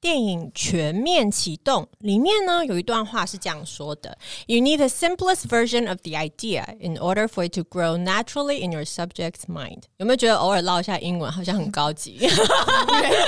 电影《全面启动》里面呢有一段话是这样说的：“You need the simplest version of the idea in order for it to grow naturally in your subject's mind。”有没有觉得偶尔唠一下英文好像很高级？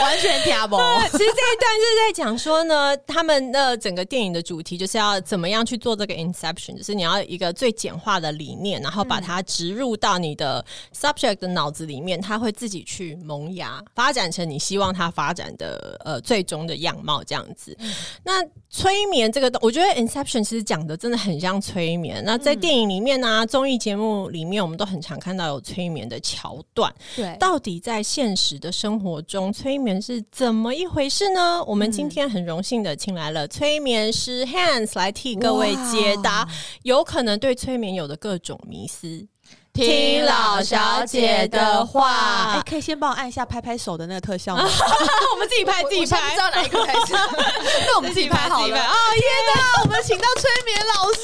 完全听不。其实这一段就是在讲说呢，他们的整个电影的主题就是要怎么样去做这个 inception，就是你要一个最简化的理念，然后把它植入到你的 subject 的脑子里面，它会自己去萌芽，发展成你希望它发展的呃最终的样貌这样子。嗯那催眠这个东，我觉得 inception 其实讲的真的很像催眠。那嗯在电影里面呢、啊综艺节目里面，我们都很常看到有催眠的桥段。对，到底在现实的生活中，催眠是怎么一回事呢？我们今天很荣幸的请来了催眠师 Hans 来替各位解答有可能对催眠有的各种迷思。听老小姐的话哎、可以先帮我按一下拍拍手的那个特效吗？我们自己拍，自己我现在不拍知。道哪一个才是。 那我们自己拍好自己拍 了。哦天哪，我们请到催眠老师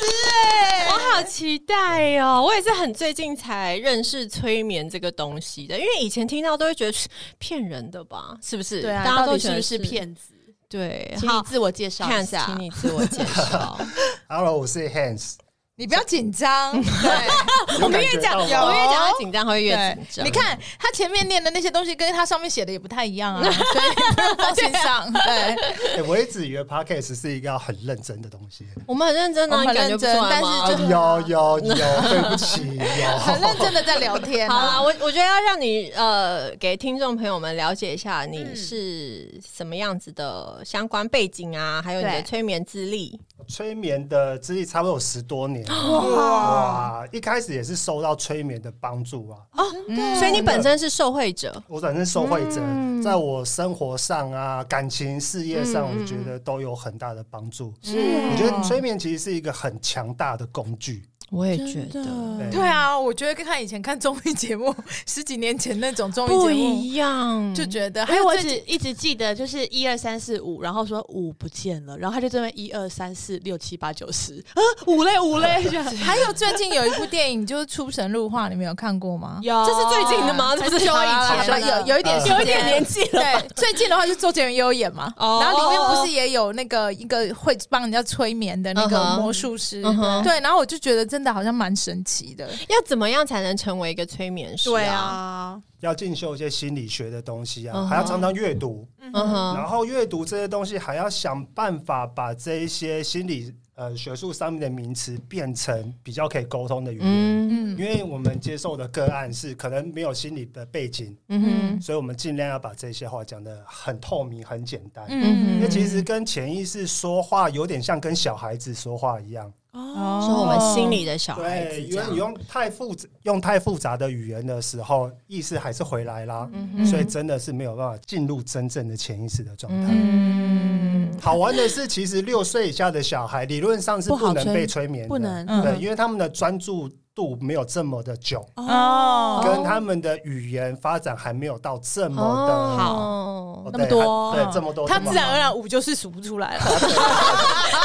哎、我好期待哦！我也是很最近才认识催眠这个东西的，因为以前听到都会觉得是骗人的吧，是不是？对啊，大家到都底觉是得不是？骗子？对，请你好，自我介绍一 Hans，下请。你自我介 绍。 Hello，我是 Hans。你不要 紧张，对 我们越讲，我有越讲越紧张，会越紧对。张。你看他前面念的那些东西，跟他上面写的也不太一样啊，所以不用放心上。对，哎，我一直以为 Podcast 是一个要很认真的东西。我们很认真我啊，们你感很觉不认真出来吗但是就有有有，对不起，很有。认真的在聊天好啦，啊。我我觉得要让你呃，给听众朋友们了解一下你是什么样子的相关背景啊，还有你的对催眠资历。 催眠的资历差不多有十多年了。哇！一开始也是受到催眠的帮助啊，所以你本身是受惠者，我本身受惠者，嗯在我生活上啊、感情、事业上，嗯我觉得都有很大的帮助。嗯我觉得催眠其实是一个很强大的工具。我也觉得对对啊，我觉得跟看以前看综艺节目， 十几年前那种综不艺节目，一样，就觉得因还为有我最只近一直记得就是一二三四五，然后说五不见了，然后他就这边一二三四六七八九十，啊，五嘞五嘞，这样还有最近有一部电影就是《出神入化》，你 们有看过吗？有这是最近的吗？这不很是久以前吧，有有一点时间有一点年纪了吧对，最近的话就是周杰伦优演嘛，哦然后里面不是也有那个一个会帮人家催眠的那个嗯哼魔术师嗯哼对，然后我就觉得真的好像蛮神奇的。要怎么样才能成为一个催眠师？对，啊，要进修一些心理学的东西嗯啊，哼还要常常阅读。嗯哼，然后阅读这些东西，还要想办法把这一些心理呃学术上面的名词变成比较可以沟通的语言。嗯嗯因为我们接受的个案是可能没有心理的背景，嗯哼，所以我们尽量要把这些话讲得很透明、很简单。嗯因为其实跟潜意识说话有点像跟小孩子说话一样，哦，说我们心里嗯的小孩子对，因这为样，你用太复杂、用太复杂的语言的时候，意识还是回来啦，嗯嗯所以真的是没有办法进入真正的潜意识的状态。嗯好玩的是，其实六岁以下的小孩理论上是不能被催眠的，不能嗯对，因为他们的专注度没有这么的久，哦跟他们的语言发展还没有到这么的、哦哦，那么多对，还对这么多，他这么自然哦而然五就是数不出来了，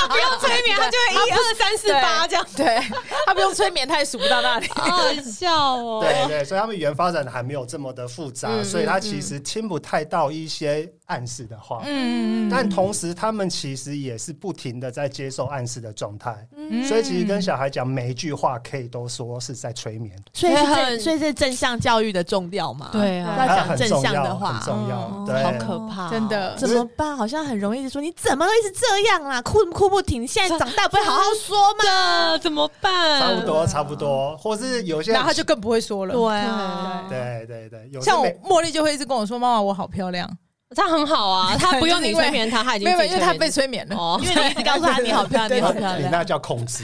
不用催眠，哦他就会一二三四八这样，对他不用催眠，他也数不到那里。好好笑哦对对，所以他们语言发展还没有这么的复杂，嗯所以他其实听不太到一些暗示的话。嗯但同时，他们其实也是不停的在接受暗示的状态，嗯所以其实跟小孩讲每一句话，可以都说是在催眠。所以所是以正很所以是正向教育的重调嘛，对啊要它讲很正重向要，的话，很重要，嗯对，好可怕哦，真的怎么办？好像很容易就说你怎么都一直这样啦，哭哭不停，现在长大不会好好 说吗？的怎么办？差不多，差不多，或是有些然后他就更不会说了。对啊，对对对，有些像我没茉莉就会一直跟我说：“妈妈，我好漂亮。他很好 啊，他不用你催眠他，他”已经没自有，己没有因为他催眠被催眠了。哦因为你一直告诉他你好漂亮，你 好漂哦你亮，那叫控制。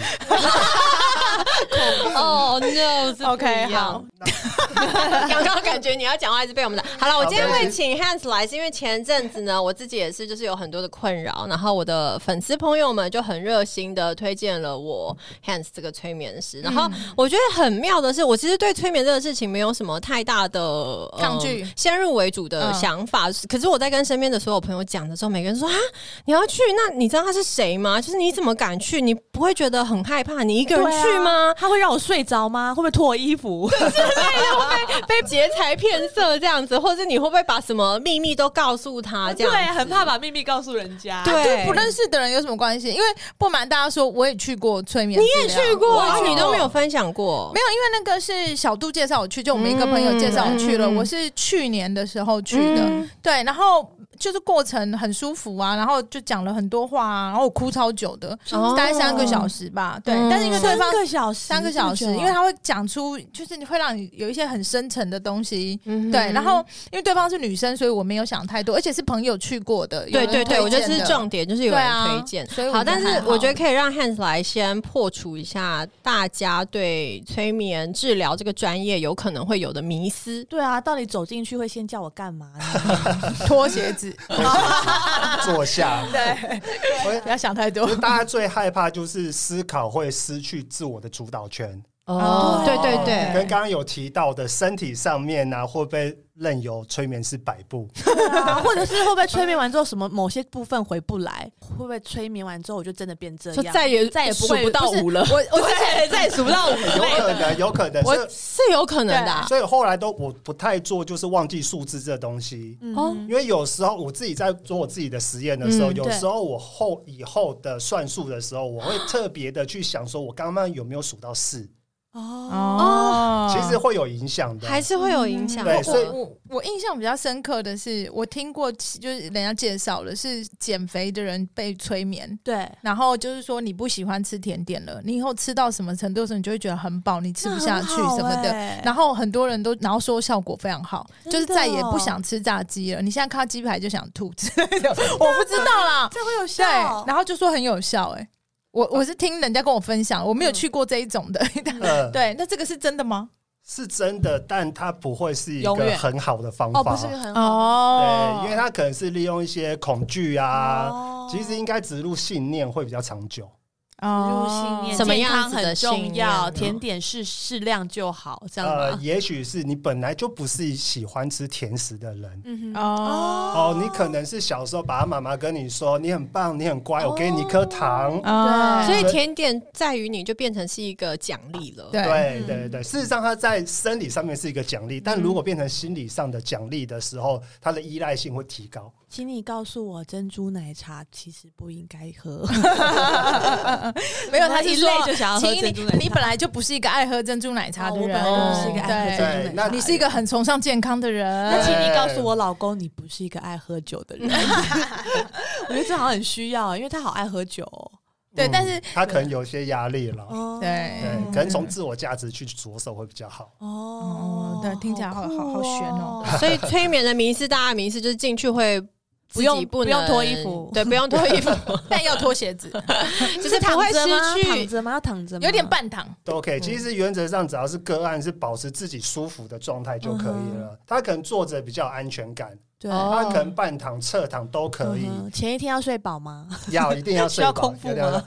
哦 no 是 OK，不一样好， 刚刚感觉你要讲话一直被我们打。好了，我今天会请 Hans 来，是因为前阵子呢，我自己也是就是有很多的困扰，然后我的粉丝朋友们就很热心的推荐了我 Hans 这个催眠师。然后我觉得很妙的是，我其实对催眠这个事情没有什么太大的、呃抗拒先入为主的想法。可是我在跟身边的所有朋友讲的时候，每个人说啊，你要去？那你知道他是谁吗？就是你怎么敢去？你不会觉得很害怕？你一个人对啊去吗？他会让我睡着吗？会不会脱我衣 服？ 被劫财骗色这样子，或者你会不会把什么秘密都告诉他？这嗯对啊样，很怕把秘密告诉人家。对跟不认识的人有什么关系？因为不瞒大家说，我也去过催眠你治疗，也去过，啊我也去你都没有分享过没。有，因为那个是小杜介绍我去，就我们一个朋友介绍我去了。嗯嗯嗯我是去年的时候去的，嗯对，然后就是过程很舒服啊，然后就讲了很多话啊，然后我哭超久的，哦大概三个小时吧。对，嗯但是因为对三方个小时，啊三个小时，这么久因为他会讲出，就是你会让你有一些很深层的东西。嗯对，然后因为对方是女生，所以我没有想太多，而且是朋友去过的，有对人对对，推我觉得这荐是的重点，就是有对人啊推荐。所以我好，觉得但是还好我觉得可以让 Hans 来先破除一下大家对催眠治疗这个专业有可能会有的迷思。对啊，到底走进去会先叫我干嘛呢？ 脱鞋 子，坐下。对，我不要想太多就。是大家最害怕就是思考会失去自我的主导权，哦，对对跟对，刚刚有提到的身体上面啊，会被任由催眠师摆布。对 啊，或者是会不会催眠完之后，什么某些部分回不来？会不会催眠完之后我就真的变这就样？再也再也不数会不到是五 了，我我之前对再也数不到五有类可的。能，有可 能。我所以是有可能的啊。所以后来都我不太做，就是忘记数字这东西。嗯哦，因为有时候我自己在做我自己的实验的时候，嗯有对时候我后以后的算数的时候，我会特别的去想，说我刚刚有没有数到四，哦，哦其实会有影响的。还是会有影响。对我所以我我印象比较深刻的是，我听过就是人家介绍的是减肥的人被催眠，对，然后就是说你不喜欢吃甜点了，你以后吃到什么程度的时候，你就会觉得很饱，你吃不下去什么的。然的。后很多人都，然后说效果非常好，真的哦就是再也不想吃炸鸡了。你现在看到鸡排就想吐之类 的，我不知道啦。这会有效对，，然后就说很有效、欸，哎，我我是听人家跟我分享，我没有去过这一种的。嗯呃， 对，那这个是真的吗？是真的，但它不会是一永个远很好的方哦，法。不是个很好哦对，因为它可能是利用一些恐惧的啊，哦其实应该植入信念会比较长久。植哦入信念，什么健样康子的很信重念要，呢甜点适适量就好，这样呃，吗？也许是你本来就不是喜欢吃甜食的人。嗯哼，哦哦，你可能是小时候爸爸妈妈跟你说你很棒，你很乖，我给你一颗糖。嗯哦所以甜点在于你就变成是一个奖励了。对对嗯对对，事实上它在生理上面是一个奖励，但如果变成心理上的奖励的时候，它的依赖性会提高。请你哦告诉我，珍珠奶茶其实不应该喝。没有，我他一是说累就想要喝请你珍珠奶茶你本来就不是一个爱喝珍珠奶茶哦的我本人，来就是一个爱喝珍珠奶对对，那你是一个很崇尚健康的那人。请你告诉我老公，你不是一个爱喝酒的 人。我觉得这好像很需要，因为他好爱喝酒哦。对，但是他嗯可能有一些压力了。哦对对，可能从自我价值去着手会比较好。哦哦，对听起来好酷好好悬哦。所以催眠的迷思，大家的迷思就是进去会自己用不不用能脱衣服对，不用脱 衣服，但要脱鞋子， 就是不会躺着吗躺失去。着吗？要躺着吗？ 有点半躺。嗯都 OK，其实原则上只要是个案是保持自己舒服的状态就可以嗯了。他可能坐着比较有安全感，对。哦他可能半躺、侧躺都可以。嗯哼前一天要睡饱吗？要一定要睡 需要饱空，腹一定要吗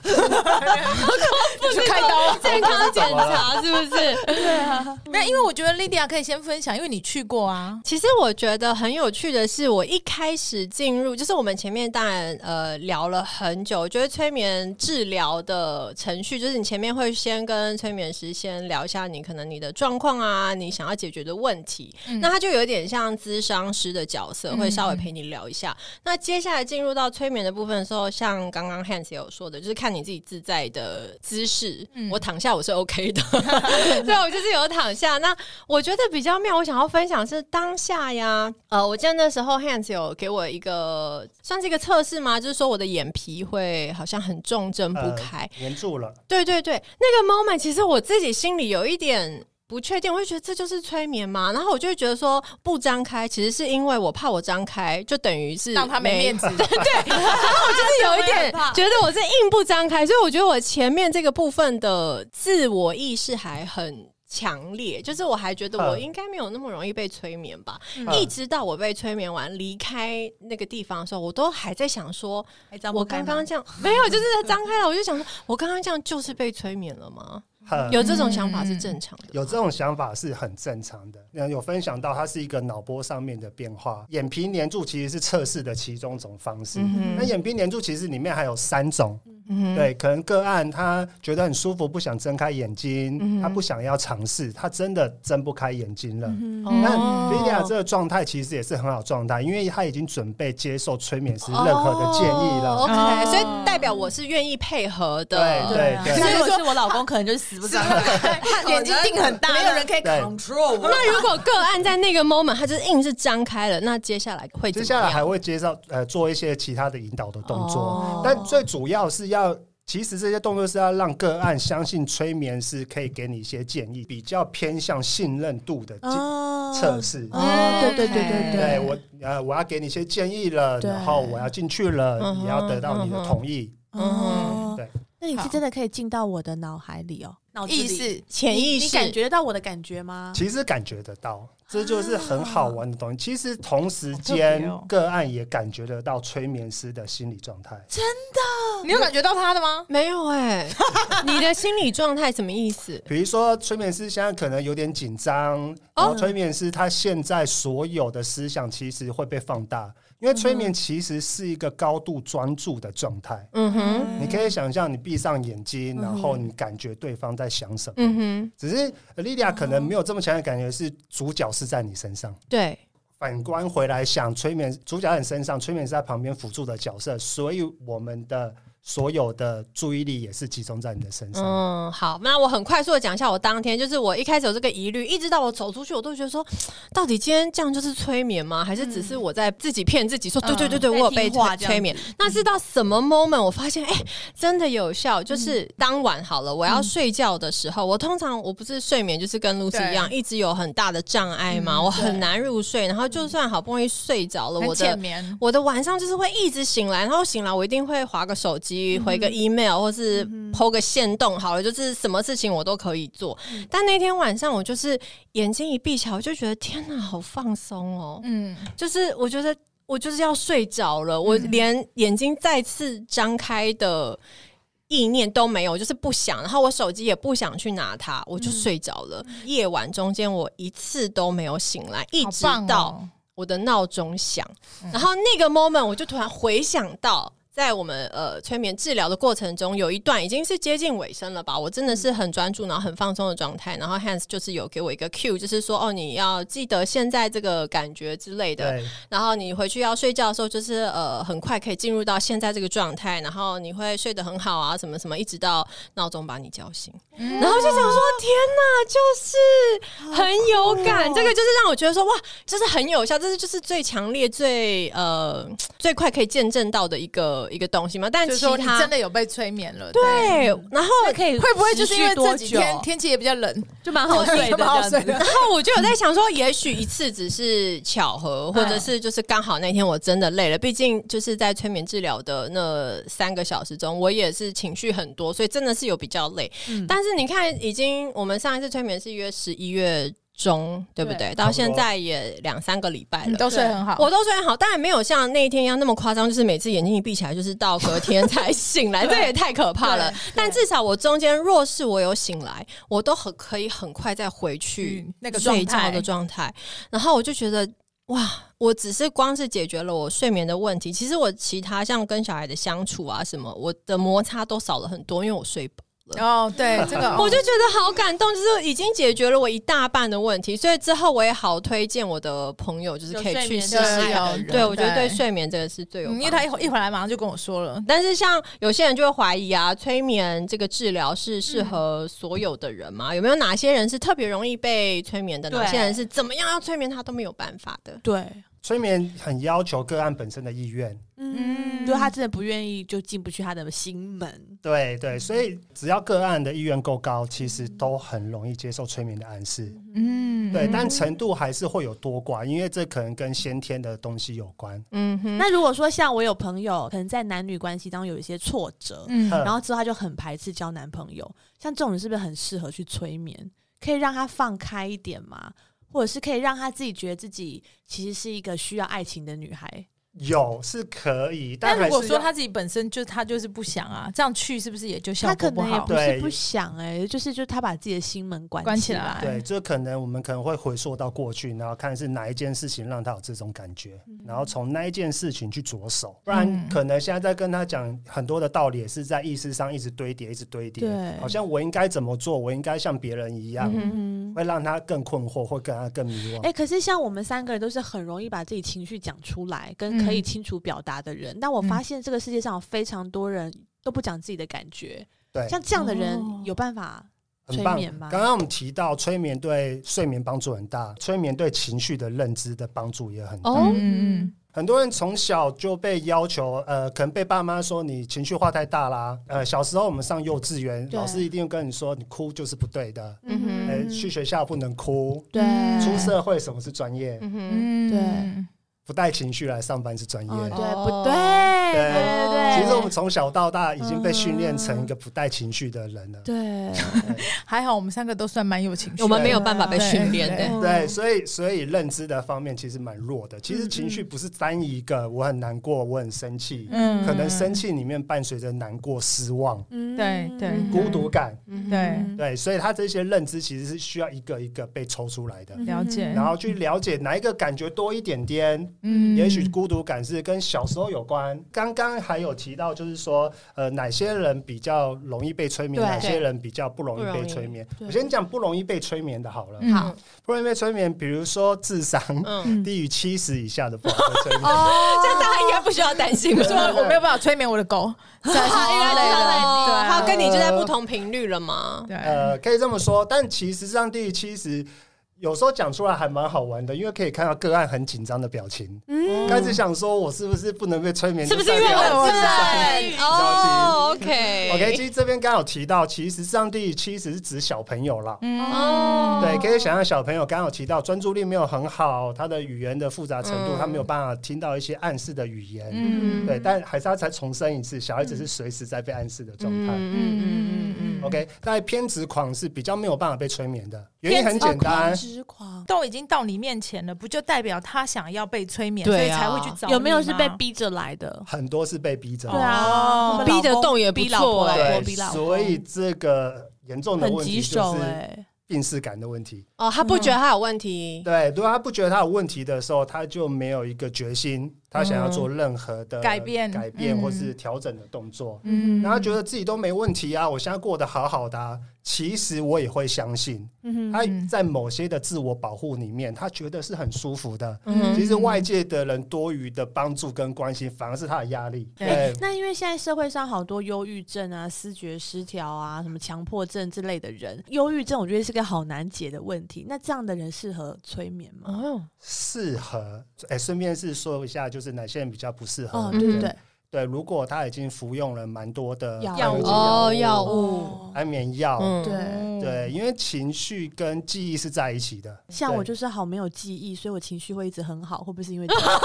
去开刀健康检查是不是？嗯没有，因为我觉得 Lydia 可以先分享，因为你去过啊。其实我觉得很有趣的是，我一开始进入，就是我们前面当然呃聊了很久，我觉得催眠治疗的程序，就是你前面会先跟催眠师先聊一下你可能你的状况啊，你想要解决的问题，嗯那他就有点像咨商师的角色，嗯会稍微陪你聊一下。那接下来进入到催眠的部分的时候，像刚刚 Hans 也有说的，就是看你自己自在的姿势。嗯我躺下我是 OK 的，对我就是有躺下。那我觉得比较妙，我想要分享是当下呀。呃，我记得那时候 Hans 有给我一个算是一个测试吗？就是说我的眼皮会好像很重症不呃开，黏住了。对对对，那个 moment 其实我自己心里有一点不确定，我就觉得这就是催眠嘛。然后我就会觉得说不张开，其实是因为我怕我张开，就等于是让他没面子， 就是有一点我也很怕觉得我是硬不张开，所以我觉得我前面这个部分的自我意识还很。强烈，就是我还觉得我嗯应该没有那么容易被催眠吧。嗯一直到我被催眠完离开那个地方的时候，我都还在想说，哎还张不我开啊刚吗刚这样没有，就是张开了，我就想说， 我刚刚这样就是被催眠了吗？呃有这种想法是正常的，有这种想法是很正常的。那有分享到，它是一个脑波上面的变化。眼皮黏住其实是测试的其中一种方式。嗯哼嗯那眼皮黏住其实里面还有三种，对，可能个案他觉得很舒服，不想睁开眼睛，嗯他不想要尝试，他真的睁不开眼睛了。那哦菲利亚这个状态其实也是很好的状态，因为他已经准备接受催眠师任何的建议了。哦 OK，所以代表我是愿意配合的。对对对，那如果是我老公，可能就是死不张开。他眼睛定很哦大，没有人可以哎对 control 我。那如果个案在那个 moment 他就是硬是张开了，那接下来会怎接么下来样还会介绍呃做一些其他的引导的动作，哦但最主要是要。其实这些动作是要让个案相信催眠师可以给你一些建议，比较偏向信任度的建哦测试。哦，对对对对对我呃，我要给你一些建议了，对然后我要进去了，嗯哼也要得到你的同意。哦，嗯对，那你是真的可以进到我的脑海里哦，脑子里意识潜意识你感觉到我的感觉吗？其实感觉得到，这就是很好玩的东西。其实同时好特别间哦，个案也感觉得到催眠师的心理状态。你有感觉到他的吗？没有 哎、你的心理状态什么意思？比如说，催眠师现在可能有点紧哦张，然后催眠师他现在所有的思想其实会被放大，因为催眠其实是一个高度专注的状态。嗯哼，你可以想象，你闭上眼睛，然后你感觉对方在想什么。嗯哼，只是莉莉亚可能没有这么强的感觉，是主角是在你身上。对，反观回来想，催眠主角在你身上，催眠是在旁边辅助的角色，所以我们的所有的注意力也是集中在你的身上。嗯，好，那我很快速的讲一下，我当天就是我一开始有这个疑虑，一直到我走出去，我都觉得说，到底今天这样就是催眠吗？还是只是我在自己骗自己说，对对对对，嗯我在有被听话催这样子催眠？那是到什么 moment 我发现，哎、真的有嗯效？就是当晚好了，我要睡觉的时候，我通常我不是睡眠就是跟 Lucy 对一样，一直有很大的障碍嘛，嗯我很难入睡，然后就算好不容易睡着了，很我浅的眠，我的晚上就是会一直醒来，然后醒来我一定会划个手嗯机、回个 email 或是剖个线动，好了，就是什么事情我都可以做。嗯但那天晚上我就是眼睛一闭起来，我就觉得天哪，好放松哦，嗯，就是我觉得我就是要睡着了，我连眼睛再次张开的。意念都没有，就是不想，然后我手机也不想去拿它，我就嗯睡着了。夜晚中间我一次都没有醒来，一好直棒到、哦我的闹钟响，然后那个 moment 我就突然回想到，在我们呃催眠治疗的过程中，有一段已经是接近尾声了吧，我真的是很专注，然后很放松的状态，然后 Hans 就是有给我一个 cue，就是说哦，你要记得现在这个感觉之类的，对，然后你回去要睡觉的时候，就是呃很快可以进入到现在这个状态，然后你会睡得很好啊，什么什么，一直到闹钟把你叫醒，嗯然后就想说天哪，就是很有感，这个就是让我觉得说哇，这是很有效，这是就是最强烈、最呃最快可以见证到的一个一个东西嘛。但就是其说你他真的有被催眠了，对，然后可以会不会就是因为这几持续多天久天气也比较冷，就蛮好睡的这样子？然后我就有在想说，也许一次只是巧合，嗯或者是就是刚好那天我真的累了。毕竟就是在催眠治疗的那三个小时中，我也是情绪很多，所以真的是有比较累。嗯但是你看，已经我们上一次催眠是约十一月中，对不对？差到不多现在也两三个礼拜你了。嗯都睡很好，我都睡得好，当然没有像那一天一样那么夸张，就是每次眼睛一闭起来，就是到隔天才醒 来，这也太可怕了对。但至少我中间若是我有醒来，我都很可以很快再回去嗯那个状睡态觉的状态。然后我就觉得。哇！我只是光是解决了我睡眠的问题，其实我其他像跟小孩的相处啊什么，我的摩擦都少了很多，因为我睡饱。哦，对， 这个我就觉得好感动，就是已经解决了我一大半的问题，所以之后我也好推荐我的朋友，就是可以去试试有睡看眠障碍的人对，我觉得对睡眠这个是最有帮嗯因助，为他一会一回来马上就跟我说了，但是像有些人就会怀疑啊，催眠这个治疗是适合所有的人吗？有没有哪些人是特别容易被催眠的？对哪些人是怎么样要催眠他都没有办法的？ 对，催眠很要求个案本身的意愿。嗯，如果他真的不愿意，就进不去他的心门。对嗯对，所以只要个案的意愿够高，其实都很容易接受催眠的暗示。嗯，对，但程度还是会有多寡，因为这可能跟先天的东西有关。嗯哼，那如果说像我有朋友，可能在男女关系当中有一些挫折，嗯嗯然后之后他就很排斥交男朋友，像这种人是不是很适合去催眠？可以让他放开一点吗？或者是可以让他自己觉得自己其实是一个需要爱情的女孩？有是可以，但但还如果是说要他自己本身就他就是不想啊，这样去是不是也就效他果可不能也好不？是对不想哎、就是就是他把自己的心门关关起起来对，这可能我们可能会回溯到过去，然后看是哪一件事情让他有这种感觉，然后从那一件事情去着手，不然嗯可能现在在跟他讲很多的道理，也是在意识上一直堆叠，一直堆叠对，好像我应该怎么做，我应该像别人一样，嗯会让他更困惑，会更他更迷哎、惘。可是像我们三个人都是很容易把自己情绪讲出来，跟可以嗯清楚表达的人。但我发现这个世界上有非常多人都不讲自己的感觉，对，像这样的人哦有办法很催棒。眠吗刚刚我们提到催眠对睡眠帮助很大，催眠对情绪的认知的帮助也很大。哦，嗯嗯很多人从小就被要求，呃，可能被爸妈说你情绪化太大啦。呃，小时候我们上幼稚园，对老师一定跟你说你哭就是不对的，嗯哼呃，去学校不能哭，对出社会什么是专业，嗯哼，嗯对不带情绪来上班是专哦业。对哦不对？对对对对，其实我们从小到大已经被训练嗯成一个不带情绪的人了。对还好我们三个都算蛮有情绪的，我们没有办法被对训练的。嗯对对，所以所以认知的方面其实蛮弱的。其实情绪不是单一个，我很难过，我很生气，嗯可能生气里面伴随着难过、失望、嗯对对嗯孤独感。嗯哼对对，所以他这些认知其实是需要一个一个被抽出来的，了解然后去了解哪一个感觉多一点点。嗯也许孤独感是跟小时候有关。刚刚还有提到，就是说，呃，哪些人比较容易被催眠，对哪些人比较不容易被催眠。对我先讲不容易被催眠的好了。嗯好，不容易被催眠，比如说智商嗯，哦低于七十以下的不好被催 眠。这样大家应该不需要担心吧？说我没有办法催眠我的狗，真的 是好太累了，对啊，他跟你就在不同频率了嘛？ 对，呃，可以这么说，但其实上低于七十，有时候讲出来还蛮好玩的，因为可以看到个案很紧张的表情。嗯开始想说，我是不是不能被催眠？是不是因为就代表我我自智商然？哦，OK OK，其实这边刚好提到，其实上帝其实是指小朋友啦。哦对，可以想象小朋友刚好提到专注力没有很好，他的语言的复杂程度，嗯他没有办法听到一些暗示的语言。嗯对，但还是要再重申一次，小孩子是随时在被暗示的状态。嗯嗯嗯嗯 OK，但偏执狂是比较没有办法被催眠的，原偏因执很简单偏，执哦狂。都已经到你面前了，不就代表他想要被催眠，所对以啊才会去找有没有是被逼？逼着来的？很多是被逼着的。对啊哦，逼得动也不逼老错婆，哎老对婆逼老，婆所以这个严重的很问棘题就手是哎，病视感的问题。哦，他不觉得他有问题，对，如果他不觉得他有问题的时候，他就没有一个决心，他想要做任何的改变改变嗯或是调整的动作。嗯然后觉得自己都没问题啊，我现在过得好好的啊、其实我也会相信，嗯哼他在某些的自我保护里面，他觉得是很舒服的。嗯其实外界的人多余的帮助跟关心，反而是他的压力。哎对对，那因为现在社会上好多忧郁症啊、思觉失调啊、什么强迫症之类的人，忧郁症我觉得是个好难解的问题。那这样的人适合催眠嗯吗？哦，适合。哎，顺便是说一下，就是哪些人比较不适合。哦，嗯对对对，对，如果他已经服用了蛮多的药安慰剂哦药药物、哦哦，安眠药，嗯对。哦对，因为情绪跟记忆是在一起的。像我对就是好没有记忆，所以我情绪会一直很好，会不会是因为这样？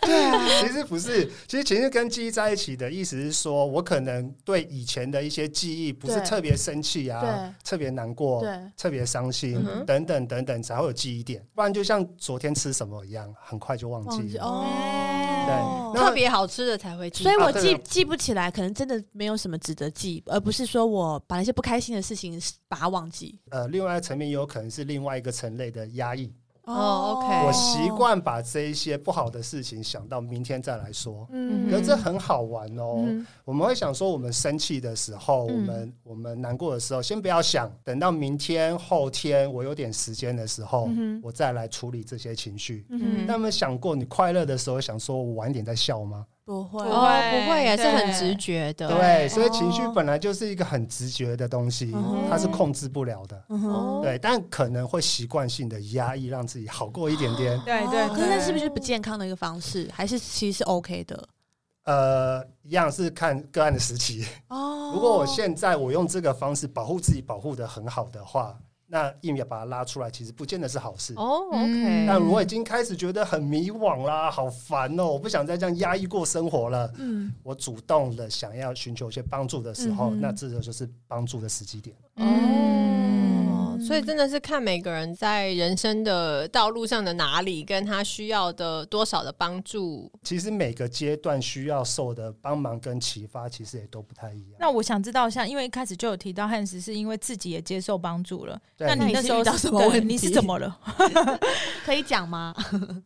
对啊， 其实不是，其实情绪跟记忆在一起的意思是说，我可能对以前的一些记忆不是对特别生气啊对，特别难过，对特别伤心、嗯哼等等等等，才会有记忆点。不然就像昨天吃什么一样，很快就忘记了。忘记对哦。那哦特别好吃的才会记所以我啊记对记不起来，可能真的没有什么值得记，而不是说我把那些不开心的事情把它忘记。呃，另外一个层面也有可能是另外一个层类的压抑。哦，OK 我习，惯把这一些不好的事情想到明天再来说。嗯可是这很好玩哦，嗯我们会想说，我们生气的时候，嗯我们我们难过的时候，先不要想，等到明天、后天我有点时间的时候，嗯哼我再来处理这些情绪。嗯哼嗯那么想过你快乐的时候，想说我晚点再笑吗？不会哦，不会耶，对是很直觉的，对，所以情绪本来就是一个很直觉的东西，哦它是控制不了的。嗯哦哼，对，但可能会习惯性的压抑，让自己好过一点点。哦对对，可是那是不是是不健康的一个方式？还是其实是 OK 的？呃，一样是看个案的时期。哦如果我现在我用这个方式保护自己，保护的很好的话，那硬要把它拉出来，其实不见得是好事。哦嗯，OK，但我已经开始觉得很迷惘啦，好烦哦！我不想再这样压抑过生活了。嗯，我主动的想要寻求一些帮助的时嗯候，哼那这个就是帮助的时机点。哦，所以真的是看每个人在人生的道路上的哪里，跟他需要的多少的帮助。其实每个阶段需要受的帮忙跟启发，其实也都不太一样。那我想知道一下，因为一开始就有提到汉斯是因为自己也接受帮助了，对那你那时候那你是遇到是什么问对题你是怎么 了？可以讲吗？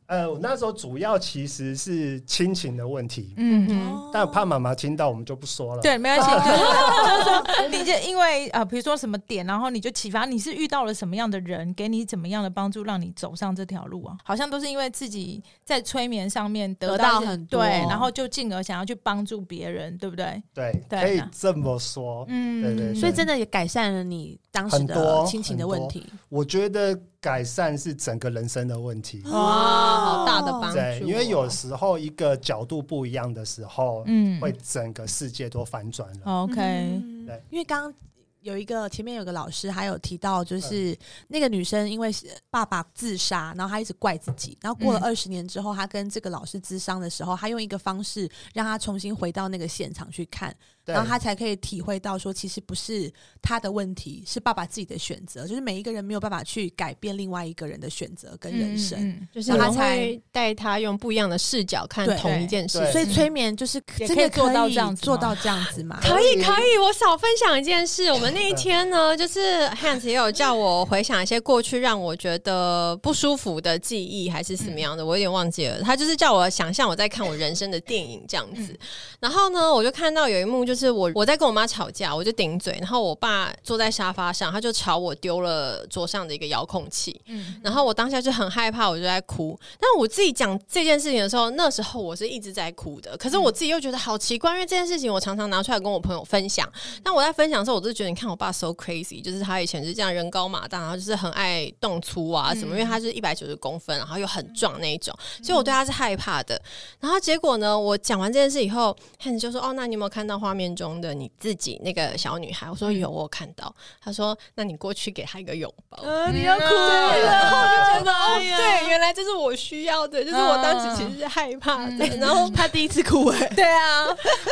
呃，我那时候主要其实是亲情的问题，嗯，但怕妈妈听到我们就不说了。对，没关系，哦 就是说你就因为呃，比如说什么点，然后你就启发你是遇到了什么样的人，给你怎么样的帮助，让你走上这条路啊？好像都是因为自己在催眠上面得得到一些很多对，然后就进而想要去帮助别人，对不对？对，对可以这么说。嗯，对对对所以真的也改善了你当时很的多亲情的问题。我觉得改善是整个人生的问题。哇，哦好大的帮助、对，因为有时候一个角度不一样的时候，嗯哦会整个世界都反转了。 OK，嗯对因为刚刚有一个前面有个老师，还有提到就是、那个女生因为是爸爸自杀，然后她一直怪自己，然后过了嗯二十年之后，她跟这个老师咨商的时候，她用一个方式让她重新回到那个现场去看，对然后她才可以体会到说，其实不是她的问题，是爸爸自己的选择，就是每一个人没有办法去改变另外一个人的选择跟人生。嗯嗯就是然后他他才才带他用不一样的视角看对同一件事对所情。以催眠就是嗯也真可的以做到这样子吗做到这样子 嘛？可以可以，我少分享一件事。我们那一天呢， 就是 Hans 也有叫我回想一些过去让我觉得不舒服的记忆，还是什么样的，我有点忘记了。他就是叫我想象我在看我人生的电影这样子。 然后呢，我就看到有一幕，就是我我在跟我妈吵架，我就顶嘴，然后我爸坐在沙发上，他就朝我丢了桌上的一个遥控器。嗯然后我当下就很害怕，我就在哭。但我自己讲这件事情的时候，那时候我是一直在哭的。可是我自己又觉得好奇怪，因为这件事情我常常拿出来跟我朋友分享。但我在分享的时候，我就觉得你看我爸 so crazy，就是他以前是这样人高马大，然后就是很爱动粗啊什么，因为他是一百九十公分，然后又很壮那一种，所以我对他是害怕的。然后结果呢，我讲完这件事以后，Hans 就说：“哦，那你有没有看到画面中的你自己那个小女孩？”我说：“有，我有看到。”他说：“那你过去给她一个拥抱。”呃，你要哭对，了，然后我就觉得哦哎，呀对，原来这是我需要的，就是我当时其实是害怕的，嗯然后她第一次哭哎、对啊，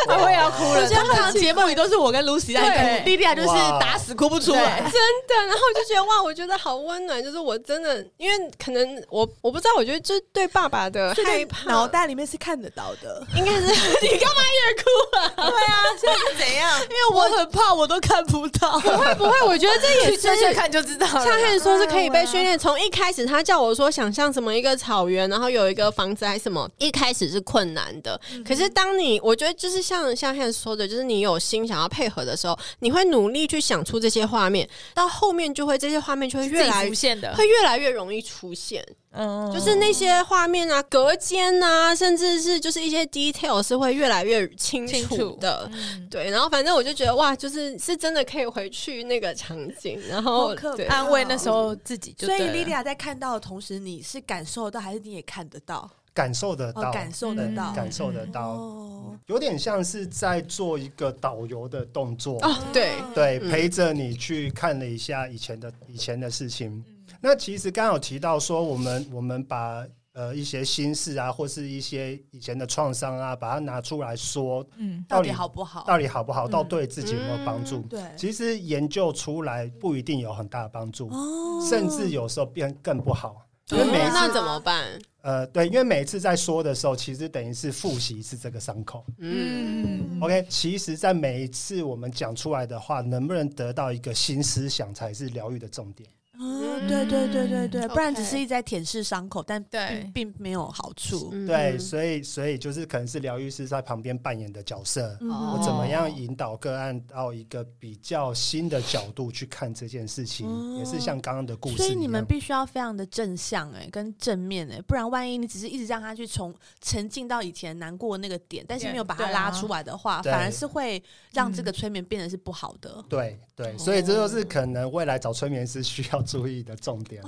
哇我也要哭了，通常节目里都是我跟 Lucy 在哭， 对莉莉娅就是哇打死哭不出啊来。真的，然后我就觉得哇，我觉得好温暖，就是我真的，因为可能我我不知道，我觉得就是对爸爸的害怕，脑袋里面是看得到的，应该 是你干嘛也哭啊？现在是怎样？因为我很怕，我都看不 到。不会不会，我觉得这也去是追追看就知道了。像汉说是可嗯以被训练，从一开始他叫我说想象什么一个草原，然后有一个房子还是什么，一开始是困难的。嗯可是当你我觉得就是像像汉说的，就是你有心想要配合的时候，你会努力去想出这些画面，到后面就会这些画面就会越来自己浮现的，会越来越容易出现。嗯就是那些画面啊、隔间啊，甚至是就是一些 detail 是会越来越清清楚楚嗯的。对，然后反正我就觉得哇，就是是真的可以回去那个场景，然后好可对怕安慰那时候自己就所对了，以莉莉娅在看到的同时，你是感受到还是你也看得到？感受得哦，到，感受得到对。感受得嗯到，哦，有点像是在做一个导游的动作。哦，对，对，嗯陪着你去看了一下以前的以前的事情。嗯那其实刚刚有提到说，我们我们把呃一些心事啊，或是一些以前的创伤啊，把它拿出来哦说，嗯到底底好不好？到底好不嗯好，到对自己有没有帮助？对，其实研究出来不一定有很大的帮助，哦甚至有时候变更不好。因为每一那哦次那怎么办？呃，对，因为每一次在说的时候，其实等于是复习一次这个伤口。嗯， OK，其实，在每一次我们讲出来的话，能不能得到一个新思想，才是疗愈的重点。哦，对对对对对，嗯不然 OK 只是一直在舔舐伤口，但对并并没有好处。嗯嗯对，所以所以就是可能是疗愈师在旁边扮演的角色，嗯哦我怎么样引导个案到一个比较新的角度去看这件事情，哦也是像刚刚的故事一所样。以你们必须要非常的正向哎、跟正面哎、不然万一你只是一直让他去从沉浸到以前难过的那个点，但是没有把他对啊拉出来的话，对反而是会让这个催眠变得是不好的。对对，所以这就是哦可能未来找催眠师需要注意的重点。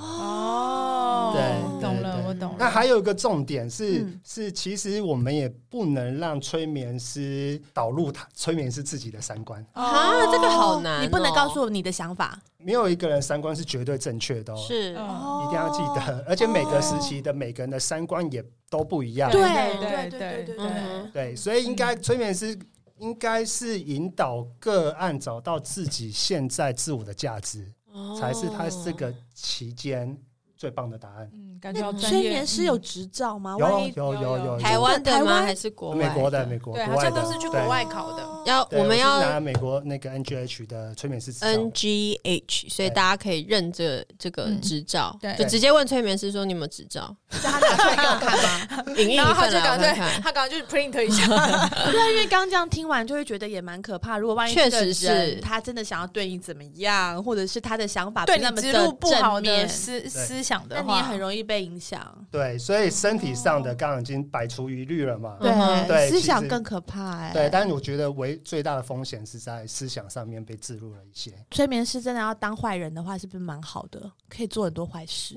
哦对懂对了，对我懂那了。还有一个重点是、嗯是，其实我们也不能让催眠师导入他催眠师自己的三观，哦啊，这个好难哦，你不能告诉我你的想法没有一个人三观是绝对正确的哦，是嗯哦，一定要记得，而且每个时期的每个人的三观也都不一样。对对嗯对对对对对对，所以应该催眠师应该是引导个案找到自己现在自我的价值，哦才是他这个期间最棒的答案。嗯，感觉好专催业眠师有执照吗？有啊万一有有有有，哦台湾的台吗？湾还是国外？美国的美国对，国好外像的都是去国外考的。要对我们是要拿美国那个 NGH 的催眠师执照 NGH，所以对大家可以认这这个嗯执照，对就直接问催眠师说你有没有执照， 叫他拿出来给我 看吗？影印一然后他份就来赶我看快，看。他赶快就是 print 一下，对啊，因为刚刚这样听完，就会觉得也蛮可怕。如果万一确这个实人是他真的想要对你怎么样，或者是他的想法对不是那你么植的入不好正面的思思想那的你话，也很容易被影响。对，所以身体上的刚刚已经百除一律了嘛。嗯哼对思其想实更可怕哎、对，但是我觉得唯最大的风险是在思想上面被置入了一些，催眠师真的要当坏人的话，是不是蛮好的？可以做很多坏 事，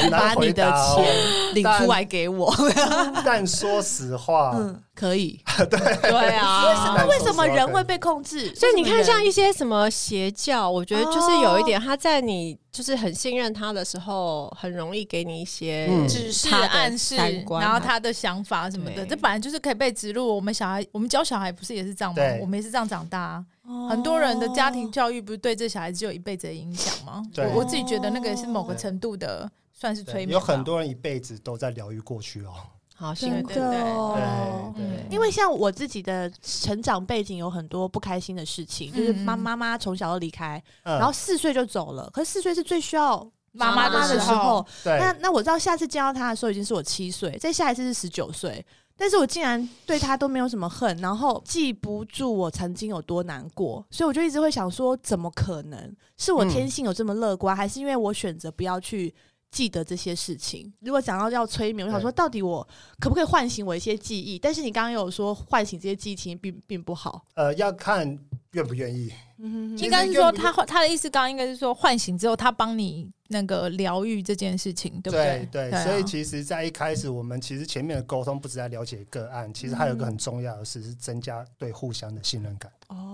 很把难你回的答哦。钱领出来给我。 但说实话，啊嗯，可以。对啊。那为什么人会被控制？所以你为看，什么像人一些什么邪教，我觉得就是有一点，哦他在你就是很信任他的时候，很容易给你一些嗯指示、他的暗示，三观然后他的想法什么的，对这本来就是可以被植入。我们小孩，我们教小孩不是也是这样吗对？我们也是这样长大、啊。哦很多人的家庭教育不是对这小孩子有一辈子的影响吗？对我我自己觉得那个也是某个程度的，算是催对眠吧。有很多人一辈子都在疗愈过去哦。好辛真苦对对对的哦对对嗯因为像我自己的成长背景有很多不开心的事情，就是妈嗯嗯妈妈从小就离开，嗯然后四岁就走了。可是四岁是最需要妈妈妈妈的的时时候候，，对那那我知道下次见到他的时候已经是我七岁，再下一次是十九岁，但是我竟然对他都没有什么恨，然后记不住我曾经有多难过，所以我就一直会想说，怎么可能是嗯我天性有这么乐观，还是因为我选择不要去？记得这些事情，如果讲到要催眠，我想说，到底我可不可以唤醒我一些记忆？但是你刚刚有说唤醒这些记忆其实并并不好，呃，要看愿不愿意。嗯其实应该是说愿不他他的意思，刚刚应该是说唤醒之后，他帮你那个疗愈这件事情，对不对对，对？啊所以其实，在一开始，我们其实前面的沟通不只在了解个案，其实还有一个很重要的事是增加对互相的信任感。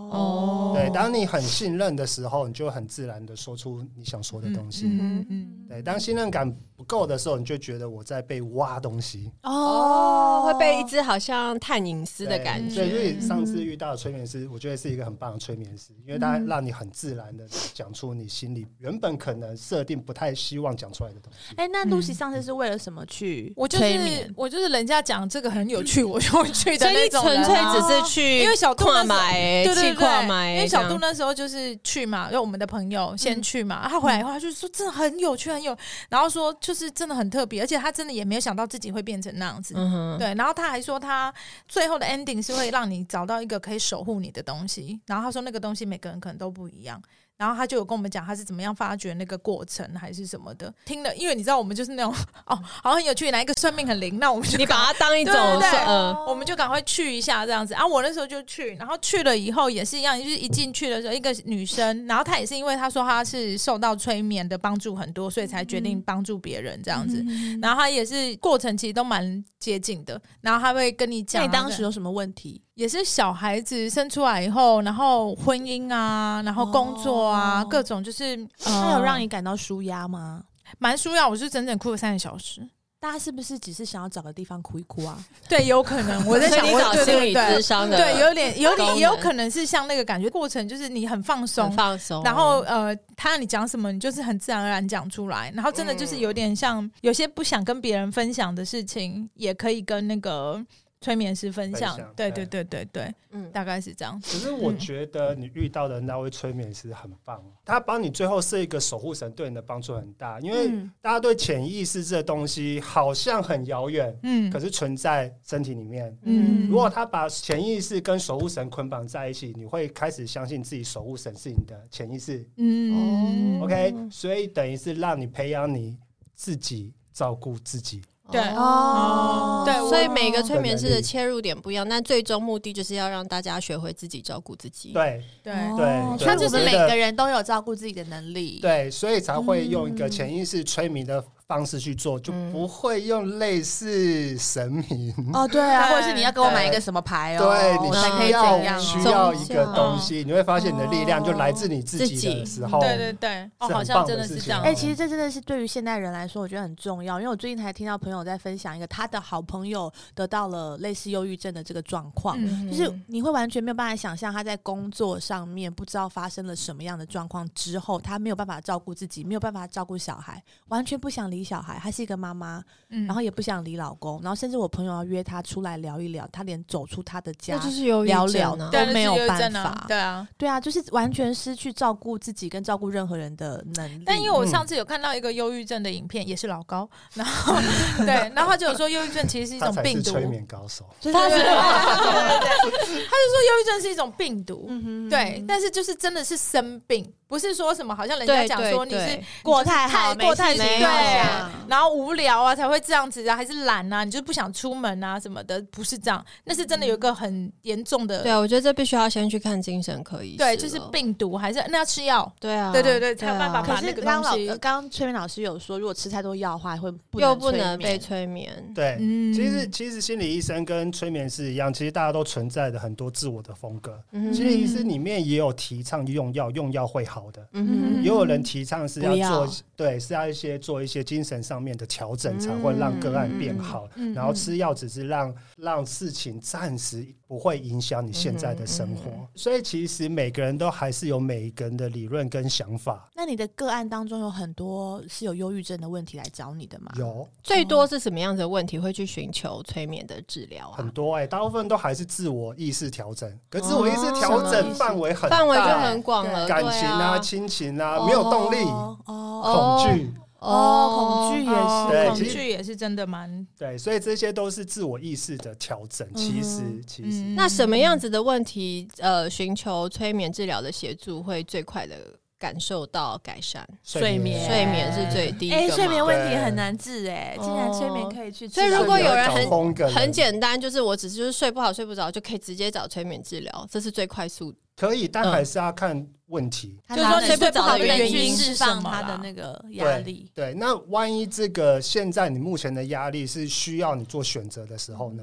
哦对，当你很信任的时候，你就很自然的说出你想说的东西。嗯嗯嗯对，当信任感不够的时候，你就觉得我在被挖东西。哦，会被一只好像探隐私的感对觉。所以上次遇到的催眠师，我觉得是一个很棒的催眠师，因为他让你很自然的讲出你心里原本可能设定不太希望讲出来的东西。哎、那露西上次是为了什么去我就催眠是？我就是人家讲这个很有趣，我就会去的所以那你种纯人粹啊只是去因为小杜那跨时候买，对对去跨对，买，因为小杜那时候就是去嘛，就我们的朋友先去嘛，啊他回来以后他就说真的很有趣，很有，然后说就是真的很特别，而且他真的也没有想到自己会变成那样子。嗯哼，对，然后他还说他最后的 ending 是会让你找到一个可以守护你的东西，然后他说那个东西每个人可能都不一样，然后他就有跟我们讲他是怎么样发掘那个过程还是什么的。听了，因为你知道我们就是那种 哦，好像很有趣，哪一个算命很灵，那我们就 你赶把它当一种对对对算呃，我们就赶快去一下这样子啊！我那时候就去，然后去了以后也是一样，就是一进去的时候，一个女生，然后她也是因为她说她是受到催眠的帮助很多，所以才决嗯定帮助别人这样嗯子。然后她也是过程其实都蛮接近的，然后她会跟你那讲，啊你当时有什么问题？也是小孩子生出来以后，然后婚姻啊，然后工作啊，哦各种就是，那呃有让你感到舒压吗？蛮舒压，我是整整哭了三个小时。大家是不是只是想要找个地方哭一哭啊？对，有可能我在所想，以你我找对对心理对智商的，对，有点有功点能也有可能是像那个感觉过程，就是你很放很松，放哦松，然后呃，他让你讲什么，你就是很自然而然讲出来，然后真的就是有点像有些不想跟别人分享的事情，也可以跟那个催眠师分享分享。对对对对对，嗯，大概是这样。可是我觉得你遇到的那位催眠师很棒，他帮你最后设一个守护神，对你的帮助很大。因为嗯大家对潜意识这东西好像很遥远，嗯可是存在身体里面。嗯，如果他把潜意识跟守护神捆绑在一起，你会开始相信自己守护神是你的潜意识。嗯 OK，所以等于是让你培养你自己照顾自己。对哦对，所我以每个催眠师的切入点不一样，但最终目的就是要让大家学会自己照顾自己。对对哦对所以对我们我觉每得个人都有照顾自己的能力。对，所以才会用一个潜意识催眠的方式去做，就不会用类似神明。哦，对啊，对或者是你要给我买一个什么牌哦，对我你才可以需怎要样需哦。要一个东西，你会发现你的力量就来自你自己的时候。对对对，哦，是很好像真的是这样。棒哎、的事其情实这真的是对于现代人来说，我觉得很重要。因为我最近才听到朋友在分享一个他的好朋友得到了类似忧郁症的这个状况，嗯就是你会完全没有办法想象他在工作上面不知道发生了什么样的状况之后，他没有办法照顾自己，没有办法照顾小孩，完全不想理小孩。她是一个妈妈，嗯然后也不想理老公，然后甚至我朋友要约她出来聊一聊，她连走出她的家那就是有聊聊呢。啊对都没有就是忧郁症办啊法对啊。对啊，就是完全失去照顾自己跟照顾任何人的能力。但因嗯为我上次有看到一个忧郁症的影片，也是老高，然后对，然后就有说忧郁症其实是一他种才病是毒，催眠高手。就是他是对对对，他就说忧郁症是一种病毒，嗯哼对，但是就是真的是生病，不是说什么好像人家对讲对说你是对过太太好，过太没没事有对没有啊啊，然后无聊啊才会这样子啊，还是懒啊，你就不想出门啊什么的，不是这样，那是真的有一个很严重的，对，我觉得这必须要先去看精神科医生。对，就是病毒还是那要嗯吃药，对啊，对对对才有啊办法可把是那个刚刚老东西呃刚刚催眠老师有说，如果吃太多药的话，会不又不不能被催催眠。对，嗯其实其实心理医生跟催眠师一样，其实大家都存在着很多自我的风格。嗯心哼理医师里面也有提倡用药，用药会好的。嗯也有人提倡是不要要做，对，是要一些做一些精神上面的调整，才会让个案变好。嗯嗯嗯然后吃药只是让让事情暂时不会影响你现在的生活。嗯所以其实每个人都还是有每一个人的理论跟想法。那你的个案当中有很多是有忧郁症的问题来找你的吗？哦有最哦多是什么样子的问题会去寻求催眠的治疗很啊？多哎、大部分都还是自我意识调整，可自我意识调哦什么整范围很大范围就很广了，感对情啊、亲情啊，哦没有动力、哦哦哦恐惧，哦，恐惧也哦是对恐其实惧也是真的蛮，对，所以这些都是自我意识的调整。其实，嗯其实。那什么样子的问题，呃，寻求催眠治疗的协助会最快的感受到改善？睡眠睡眠是最低一哎，个睡眠嘛。问题很难治哎，竟然催眠可以去治所以如果有人很找风格的很简单，就是我只是就是睡不好、睡不着，就可以直接找催眠治疗，这是最快速的。可以，但还是要看问题。就是说睡不着的原因是释什放么他啦的那个压力。对，那万一这个现在你目前的压力是需要你做选择的时候呢？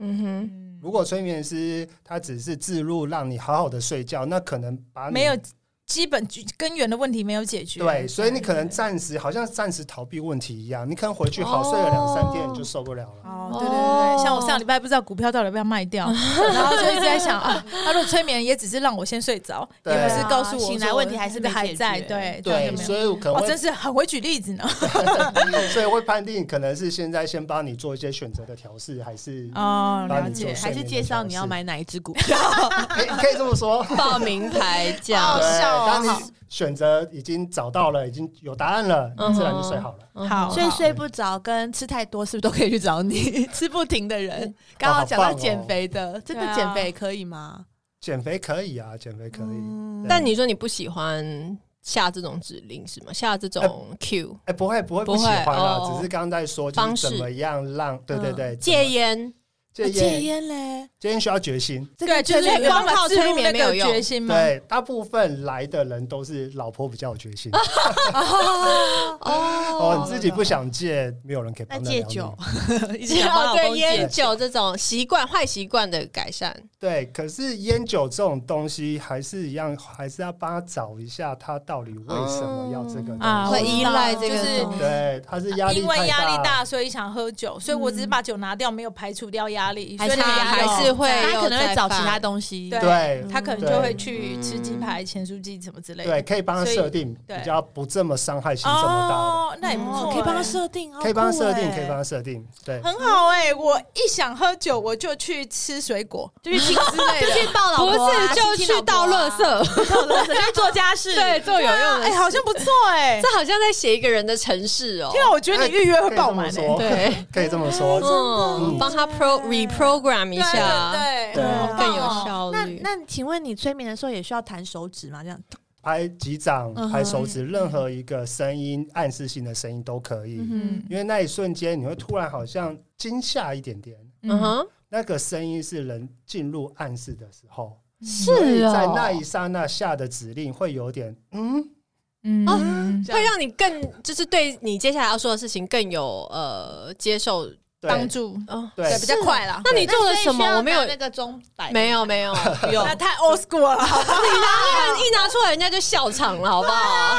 嗯哼，嗯如果催眠师他只是自入让你好好的睡觉，那可能把你没有基本根源的问题没有解决，对，所以你可能暂时好像暂时逃避问题一样，你可能回去好睡了两三天你就受不了了。哦，对对对对，像我上礼拜不知道股票到底要不要卖掉，然后就一直在想啊，他说催眠也只是让我先睡着，对也不是告诉我醒来说问题还是没还解在，决对这样对，就没有所以我可能哦，真会，是很会举例子呢。 所以会判定可能是现在先帮你做一些选择的调试，还是哦，帮了你做解。还睡是眠的调试介绍你要，买哪一只 股票？可以可以这么说。报名牌价好对，笑哦当好你选择已经找到了，已经有答案了，嗯你自然就睡好了。好所以睡不着跟吃太多是不是都可以去找你？ 吃不停的嗯人，刚好讲到哦减肥的，真对啊的减肥可以吗？减肥可以啊，减肥可以。嗯但你说你不喜欢下这种指令是吗？下这种 Q 哎，不会不会不会不喜欢哦啊，只是刚刚在说就方是式怎么样让对对对戒烟，怎啊戒么戒烟烟嘞，戒烟需要决心。这个就是这个光靠自入催眠没那个有用决心吗？对，大部分来的人都是老婆比较有决心 哦，你自己不想戒，没有人可以那帮得了戒你酒， 一直想帮哦 老对公烟戒。酒这种习惯坏习惯的改善，对，可是烟酒这种东西还是一样，还是要帮他找一下他到底为什么要这个啊东会西。依赖这就个是东西。对，他是压力因太为压力大大，所以想喝酒，所以我只是把酒拿掉，没有排除掉压力，还所以是那个他压力还是会他可能又会再找其他犯东西，对对他可能就会去吃鸡排、咸酥鸡什么之类对，的。可以帮他所以设定对比较不这么伤害性这么大哦，那也不错哦欸，可以帮他设定，的，可以帮他设定，好酷欸可以帮他设定，对。很好哎、我一想喝酒，我就去吃水果，就去亲之类就的。去抱老不婆啊，是就亲亲去老婆倒垃啊，圾，倒垃圾，去做家事，对，做有用哎、的事。好像不错哎、 这好像在写一个人的城市 哦。天啊，我觉得你预约会爆可满以哎、这么说对，可以这么哦说，嗯，帮他 pro reprogram 一对下，对对好棒哦更有效那率。那请问你催眠的时候也需要弹手指吗？这样，拍击掌嗯、哼拍手指，任何一个声音、暗示性的声音都可以，嗯因为那一瞬间你会突然好像惊吓一点点，嗯哼，那个声音是人进入暗示的时候，是所以在哦那一刹那下的指令会有点嗯嗯哦嗯这样会让你更就是对你接下来要说的事情更有呃接受。对帮助，哦，对比较快啦。那你做了什么？我没有，那个钟摆，没有，没有，不用那太 old school 了，一拿出来人家就笑场了，好不好？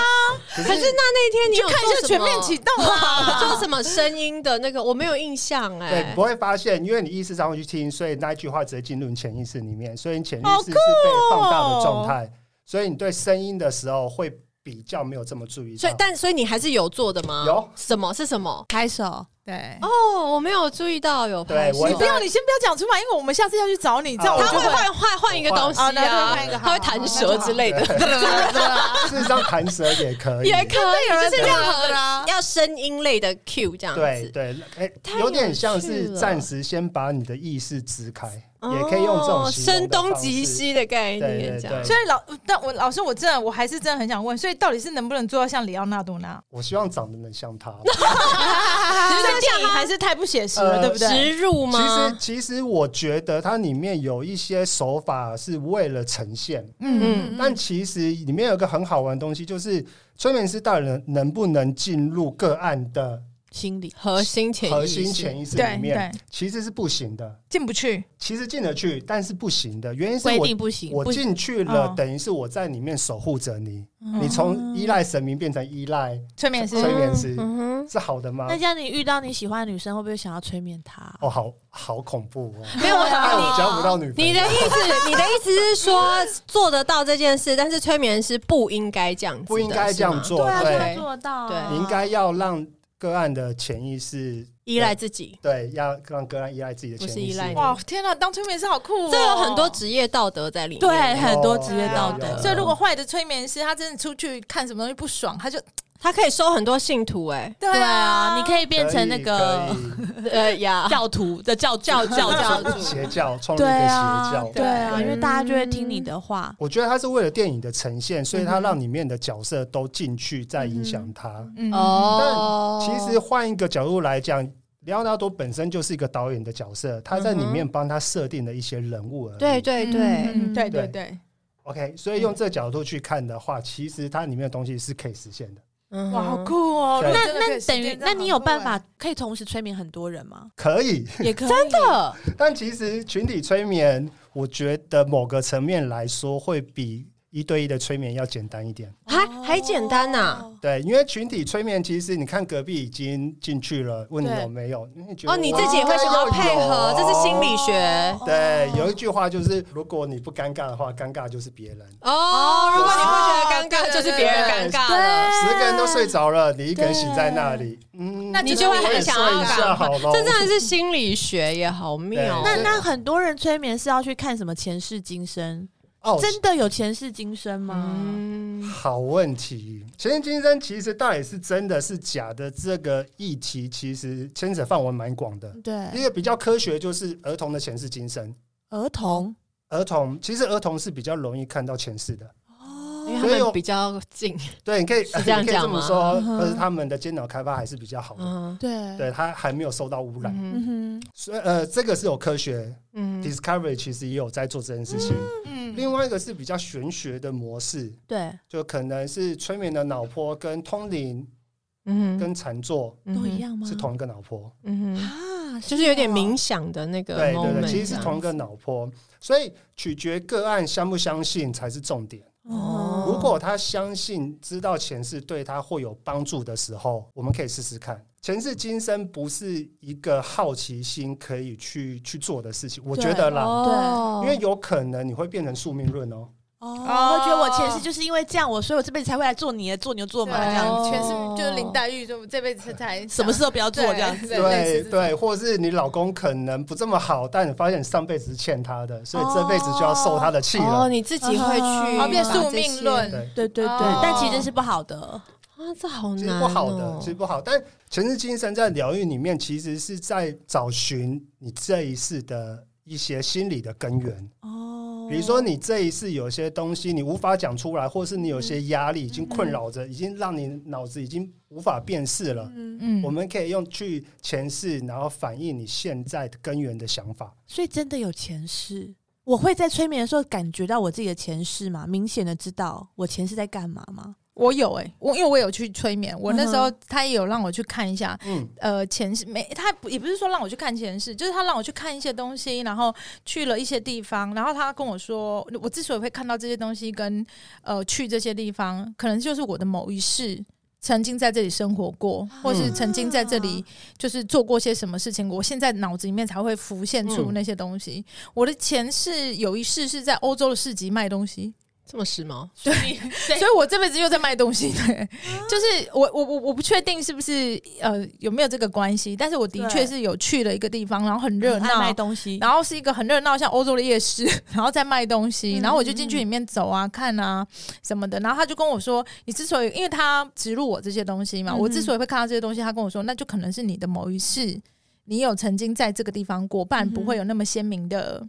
可可是那那天你有看一下做什全么面启动啦。做什么声音的那个我没有印象对，哎不，会发现，因为你意识上会去听，所以那一句话直接进入你潜意识里面，所以你潜意好识是酷被放大的状哦态，所以你对声音的时候会比较没有这么注意所到以。但所以你还是有做的吗？有什么是什么？拍手，对，哦，我没有注意到有对拍摄我你不要，你先不要讲出来，因为我们下次要去找你，这样好我他就会会。换换换一个东西哦那他会啊换一个，好他会弹舌之类的， 事实上，弹舌也可以， 也可以，就是任啦何要声音类的 Q 这样对子。对，哎、太有有点像是趣了暂时先把你的意识支开，也可以用这种哦形容的声东方击式。西的概对对念，这对样所以老，但我老师，我真的，我还是真的很想问，所以到底是能不能做到像里奥纳多那？我希望长得能像他。就是在电影还是太不写实了，呃对不对？植入其实吗？，其实我觉得它里面有一些手法是为了呈现，嗯但其实里面有一个很好玩的东西，就是催眠师到底能能不能进入个案的心理核心潜意识核心潜意识对里面对，其实是不行的。进不去，其实进得去，但是不行的。原因是规我定不行，我不进去了哦，等于是我在里面守护着你。嗯你从依赖神明变成依赖催眠师催眠师，嗯哼，是好的吗那？这样你遇到你喜欢的女生，会不会想要催眠她？哦，好好恐怖哦！没有我想害问我啊你。交不到女朋你的友，意思，你的意思是说做得到这件事，但是催眠师不应该这样子的，不应该这是样吗做。啊，对这样做得到啊，对你应该要让个案的潜意识依赖自己。对，要让个案依赖自己的不是潜意依识。赖你哇，天哪，当催眠师好酷哦！这有很多职业道德在里面。对，很多哦职业道有有德，有所以如果坏的催眠师，他真的出去看什么东西不爽，他就他可以收很多信徒、 对对啊，你可以变成那可个以可以哎，呃呀，教徒的教教教教主，邪教创立一对个邪啊教，。对啊，对因为大家就会听你的话，我觉得他是为了电影的呈现，所以他让里面的角色都进去，再影响他。嗯，哦，其实换一个角度来讲，里奥纳多本身就是一个导演的角色，他在里面帮他设定了一些人物而已。对对对，嗯对对对对， OK，所以用这角度去看的话，其实它里面的东西是可以实现的，嗯哼哇，好酷哦！对如果那真的可以那实等践于，这那样你有好酷办哎法可以同时催眠很多人 吗？可以。也可以，真的，但其实群体催眠，我觉得某个层面来说，会比一对一的催眠要简单一点。还还简单啊呐、哦对，因为群体催眠，其实你看隔壁已经进去了，问你对有没有，你觉得哦，你自己也会想要配合，我这是心理哦学。对，有一句话就是，如果你不尴尬的话，尴尬就是别人。哦，如果你会觉得尴对尬，对就是别人尴尬了。十个人都睡着了，你一个人醒在那里，嗯，那你就会我也很想睡要一下赶快，好了。这真的是心理学也好妙哦。那对那很多人催眠是要去看什么前世今生？哦，真的有前世今生吗？嗯，好问题，前世今生其实到底是真的是假的这个议题，其实牵扯范围蛮广的。一对，个比较科学就是儿童的前世今生，儿童儿童其实儿童是比较容易看到前世的。哦因所以为他我们比较 近，对，你可以是这样你可以这讲么吗说，嗯哼可是他们的间脑开发还是比较好的，嗯对，对，它还没有受到污染。嗯嗯所以呃，这个是有科学嗯 discovery 其实也有在做这件事情。嗯，另外一个是比较玄学的模式，哼，对，就可能是催眠的脑波跟通灵嗯跟禅坐跟都一，样吗？是同一个脑波。嗯哼，啊，就是有点哦冥想的那个对对 moment，对，其实是这样同一个脑波，所以取决个案相不相信才是重点。哦如果他相信知道前世对他会有帮助的时候，我们可以试试看。前世今生不是一个好奇心可以去去做的事情，我觉得啦，哦因为有可能你会变成宿命论哦。哦，哦我觉得我前世就是因为这样，我所以我这辈子才会来做你的做牛做马这对样哦子，全是就是林黛玉，就这辈子才什么事都不要做这样子。对类对似这种对，或者是你老公可能不这么好，但你发现你上辈子是欠他的，所以这辈子就要受他的气哦，了。你自己会去哦把变这宿命些论对，对对哦对，但其实这是不好的。啊，这好其难实哦，不好的，其实不好。但前世今生在疗愈里面，其实是在找寻你这一世的一些心理的根源。哦嗯比如说，你这一世有些东西你无法讲出来，或是你有些压力已经困扰着，已经让你脑子已经无法辨识了。嗯，嗯我们可以用去前世，然后反映你现在的根源的想法。所以真的有前世。我会在催眠的时候感觉到我自己的前世嘛，明显的知道我前世在干嘛吗？我有哎、我因为我有去催眠，我那时候他也有让我去看一下，嗯，呃，前世没他不也不是说让我去看前世，就是他让我去看一些东西，然后去了一些地方，然后他跟我说，我之所以会看到这些东西跟呃去这些地方，可能就是我的某一世。曾经在这里生活过，或是曾经在这里就是做过些什么事情，我现在脑子里面才会浮现出嗯那些东西。我的前世有一世是在欧洲的市集卖东西，这么时髦， 所以我这辈子又在卖东西，啊对，就是我我我我不确定是不是呃有没有这个关系，但是我的确对是有去了一个地方，然后很热爱卖闹。东西，然后是一个很热闹，像欧洲的 夜市，然后在卖东西，嗯然后我就进去里面走啊、看啊什么的。然后他就跟我说，你之所以因为他植入我这些东西嘛，嗯哼我之所以会看到这些东西，他跟我说，那就可能是你的某一世，你有曾经在这个地方过，不然嗯哼不会有那么鲜明的、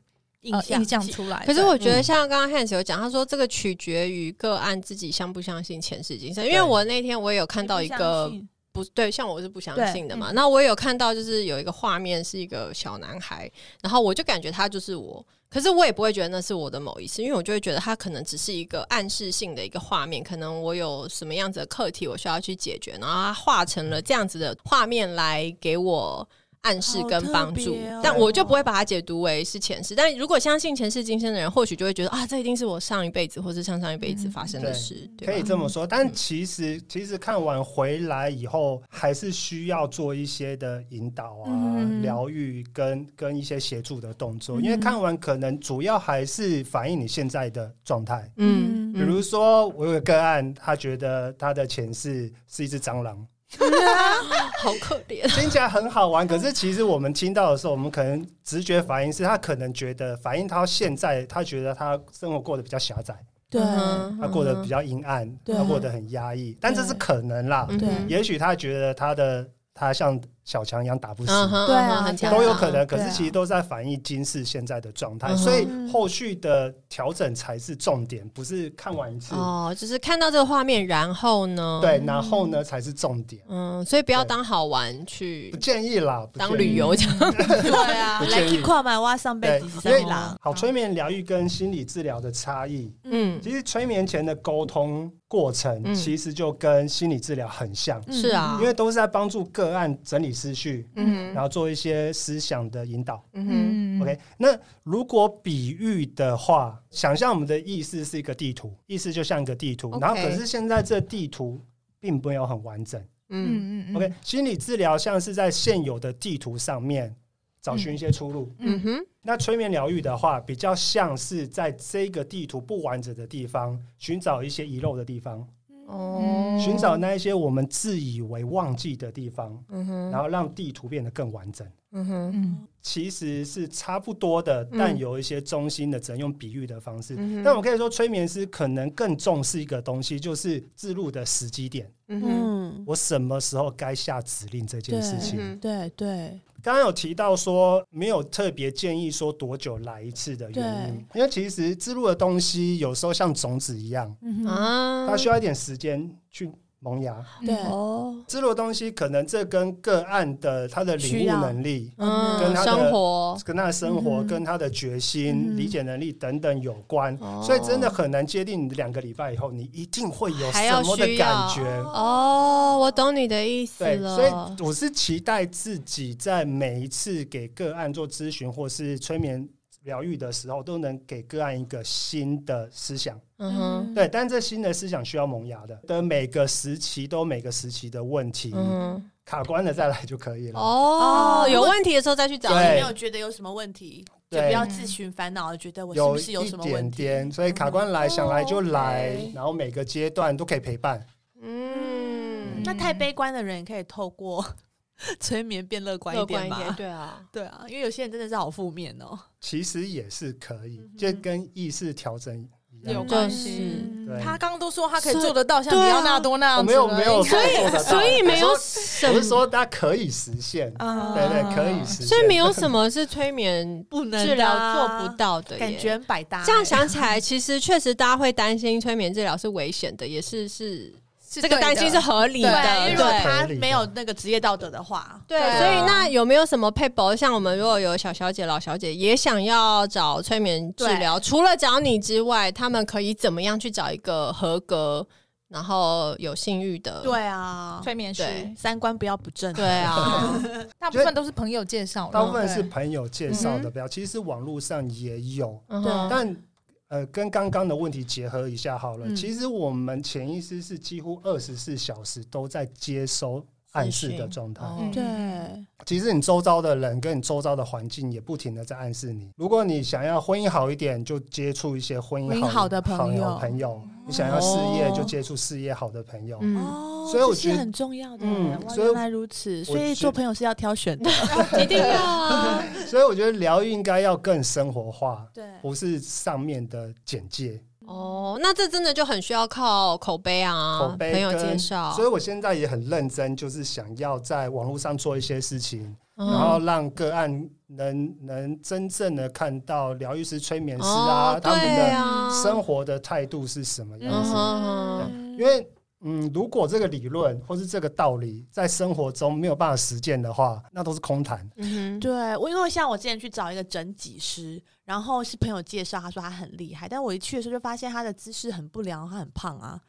呃印象出来。可是我觉得嗯像刚刚 Hans 有讲，他说这个取决于个案自己相不相信前世今生。因为对我那天我也有看到一呃个嗯不对，像我是不相信的嘛。嗯那我也有看到，就是有一个画面是一个小男孩，然后我就感觉他就是我，可是我也不会觉得那是我的某一次，因为我就会觉得他可能只是一个暗示性的一个画面，可能我有什么样子的课题我需要去解决，然后他画成了这样子的画面来给我。暗示跟帮好特助别哦，但我就不会把它解读为是前世。但如果相信前世今生的人，或许就会觉得啊，这一定是我上一辈子或是上上一嗯辈子发生的对事，对可以吧？嗯这么说，但其实其实看完回来以后，还是需要做一些的引导嗯啊、疗愈跟跟一些协助的动作，因为看完可能主要还是反映你现在的状态。嗯，比如说，我有个个案，他觉得他的前世是一只蟑螂，好可怜，听起来很 好玩，可是其实我们听到的时候，我们可能直觉反应是他可能觉得反映他现在，他觉得他生活过得比较狭窄，对嗯哼他过得比较阴暗，对他过得很压抑，但这是可能啦。嗯对哼也许他觉得他的他像小强一样打不死，嗯哼对嗯哼啊很对啊强都有大可能。可对是啊其实都在反映今世现在的状态，嗯哼所以后续的调整才是重点，不是看完一次、哦，就是看到这个画面，然后呢，对，然后呢才是重点。嗯，所以不要对当好玩去不建议啦，不当建议旅嗯游这样，对啊不来建去议。跨买挖上辈对子，因为三郎，好催眠疗愈跟心理治疗的差异，嗯，其实催眠前的沟通过程嗯其实就跟心理治疗很像，是啊因，为都是在帮助个案整理思绪，嗯然后做一些思想的引导。嗯哼嗯 OK，那如果比喻的话，想象我们的意识是一个地图，意识就像一个地图 OK 然后可是现在这地图并没有很完整。嗯嗯嗯嗯 OK，心理治疗像是在现有的地图上面找寻一些出路。嗯哼，那催眠疗愈的话，比较像是在这个地图不完整的地方寻找一些遗漏的地方，哦，寻找那一些我们自以为忘记的地方，嗯哼，然后让地图变得更完整。嗯哼，嗯其实是差不多的，嗯但有一些中心的，只能用比喻的方式。嗯哼但我可以说，催眠师可能更重视一个东西，就是自入的时机点，嗯哼，嗯，我什么时候该下指令这件事情。嗯对对，刚刚有提到说，没有特别建议说多久来一次的原因，因为其实自入的东西有时候像种子一样，哼嗯哼，啊，它需要一点时间去萌芽。嗯对，哦，自入的东西，可能这跟个案的他的领需悟要能力，嗯哦跟他的生活，跟他的生活、嗯跟他的决心、嗯理解能力等等有关，哦所以真的很难界定。两个礼拜以后，你一定会有还要什么的需要感觉？哦，我懂你的意思对，了，所以我是期待自己在每一次给个案做咨询或是催眠疗愈的时候，都能给个案一个新的思想。嗯哼，对，但这新的思想需要萌芽的，的每个时期都有每个时期的问题，嗯哼，卡关了再来就可以了。哦，哦有问题的时候再去找对你，没有觉得有什么问题，就对不要自寻烦恼，觉得我是有不是有一什么点问题？点，所以卡关来想来就来哦，OK，然后每个阶段都可以陪伴。嗯，那太悲观的人也可以透过 催眠变乐观一乐观点一吧。点，对啊，对啊，因为有些人真的是好负面哦。其实也是可以嗯，哼这跟意识调整一有样。就关是系。对他刚刚都说他可以所以做得到，像对里啊奥纳多那我样子没有没了，有，所以所以没有什我么是，说它可以实现，哦啊对对，可以实现。所以没有什么是催眠不能治啊疗做不到，到的耶，啊感觉很百搭欸。这样想起来，其实确实大家会担心催眠治疗是危险的，也是是是这个对的担心是合理对，的，因为如果对。他没有那个职业道德的话，对，对啊所以那有没有什么配博？像我们如果有小小姐、老小姐也想要找催眠治疗，除了找你之外，他们可以怎么样去找一个合格，然后有性欲的，对啊，催眠师，哦对三观不要不正。对，啊，大部分都是朋友介绍的，大部分是对朋友介绍的标，其实网络上也有，嗯对哼但呃，跟刚刚的问题结合一下好了。嗯其实我们潜意识是几乎二十四小时都在接收暗示的状态。嗯哦对，其实你周遭的人跟你周遭的环境也不停的在暗示你。如果你想要婚姻好一点，就接触一些婚婚姻姻好好的朋友好朋友；你想要事业，哦就接触事业好的朋友。嗯，哦，所以我这觉是得很重要的。嗯哇所以原来如此，所以觉做朋友是要挑选的。一定要啊，所以我觉得疗愈应该要更生活化，对不是上面的简介。哦，那这真的就很需要靠口碑啊，口碑朋友跟介绍所，以我现在也很认真，就是想要在网络上做一些事情，嗯然后让个案能能真正的看到疗愈师、催眠师啊，哦他们对的啊，生活的态度是什么样嗯子。哼哼因为嗯，如果这个理论或是这个道理在生活中没有办法实践的话，那都是空谈。 嗯哼，对我，因为像我之前去找一个整脊师，然后是朋友介绍，他说他很厉害，但我一去的时候就发现他的姿势很不良，他很胖啊。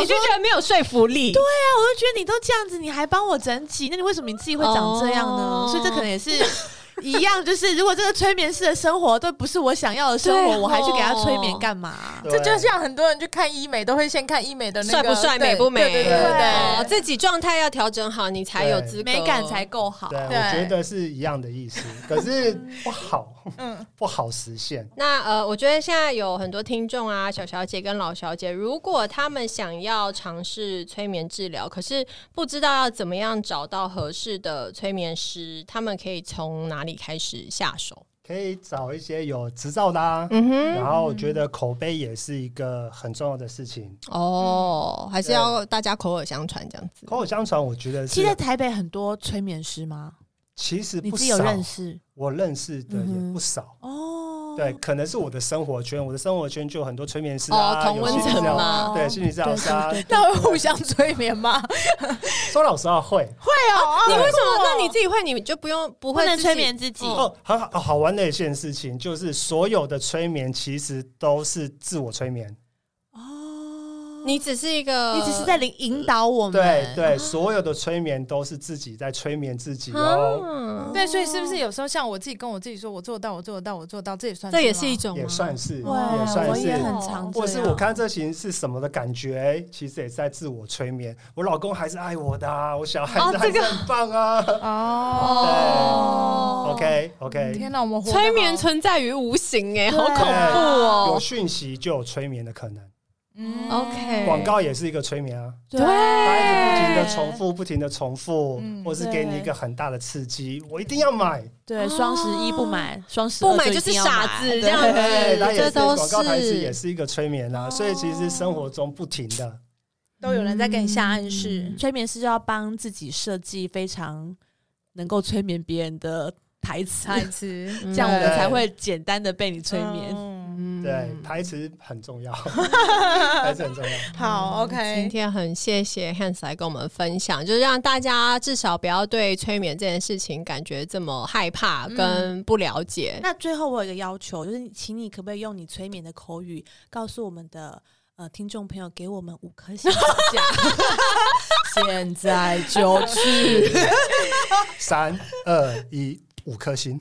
你就觉得没有说服力，对，对啊，我就觉得你都这样子，你还帮我整脊，那你为什么你自己会长这样呢？哦所以这可能也是一样，就是如果这个催眠式的生活都不是我想要的生活，对我还去给他哦催眠干嘛？对这就像很多人去看医美，都会先看医美的那帅个不帅，对美不美，对对对哦对对，自己状态要调整好，你才有对资格美感才够好对，。我对觉得是一样的意思，可是不好，嗯，不好实现。那呃，我觉得现在有很多听众啊，小小姐跟老小姐，如果他们想要尝试催眠治疗，可是不知道要怎么样找到合适的催眠师，他们可以从哪里开始下手？可以找一些有执照的、啊，嗯哼，然后我觉得口碑也是一个很重要的事情，哦，还是要大家口耳相传这样子。口口相传，我觉得其实在是台北很多催眠师吗？其实你不自己少有，认识我认识的也嗯不哼少。哦？对，可能是我的生活圈，我的生活圈就有很多催眠师哦啊，，同有温心理层治疗吗？对，心理治疗师啊。那会互相催眠吗？说老实话，会你哦为什么？那你自己会，你就不用不 不会能自己催眠自己。哦，很好好玩的一件事情，就是所有的催眠其实都是自我催眠。哦，你只是一个，啊你只是在引引导我们，对对，所有的催眠都是自己在催眠自己哦，啊，对，所以是不是有时候像我自己跟我自己说，我做得到，我做得到，我做得到，这也算这也吗是一种吗也算是，哇也算我是，也很啊常这或样，是我看这型是什么的感觉，其实也是在自我催眠。我老公还是爱我的、啊，我小孩哦子还是很棒啊。哦。 OK OK，天哪，我们活得催眠好存在于无形哎、对好恐怖有哦。讯息就有催眠的可能，嗯 OK 广告也是一个催眠啊，对，它一直不停的重复，不停的重复嗯，或是给你一个很大的刺激，我一定要买。对，双十一不买，双十不二买一就是定要傻买子对这样子对，它也这是都广告台词，是也是一个催眠啊。所以其实生活中不停哦的，都有人在给你下暗嗯示，催眠师就要帮自己设计非常能够催眠别人的台词，台词 这样我们对才会简单的被你催眠。眠。嗯对，台词很重 要，台词很重要。好今，OK，天很谢谢 Hans 来跟我们分享，就是让大家至少不要对催眠这件事情感觉这么害怕跟不了解。那最后我有一个要求，就是请你可不可以用你催眠的口语告诉我们的呃听众朋友，给我们五颗星评价。 现在就 去，三二一，五颗 星。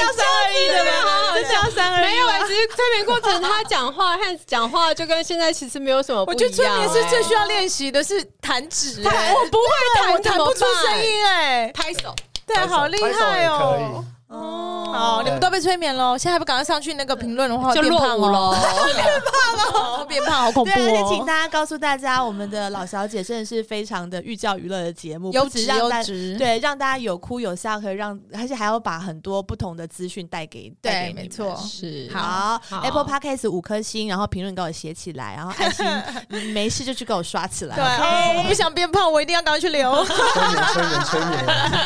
要三二一的吗？这是要三二一吗？啊没有、欸，其实催眠过程他讲话 Hans 讲话就跟现在其实没有什么不我一样、觉得催眠是最需要要练习的是弹指，弹哎我不会对弹，我我弹不怎出么办声音哎，拍手。对，好厉害拍手也可哦以。哦，你们都被催眠喽！现在还不赶快上去那个评论的话，就落伍喽，变胖了， 变胖，好恐怖对，而且请哦！大家告诉大家，我们的老小姐真的是非常的寓教于乐的节目，优不止质让优大质，对让大家有哭有笑，可以让而且还要把很多不同的资讯带给带给对，你没们错。是好好 a p p l e Podcast 五颗星，然后评论给我写起来，然后爱 心没事就去给我刷起来。 对，哦我不想变胖，我一定要赶快去留。催眠，催眠，催眠。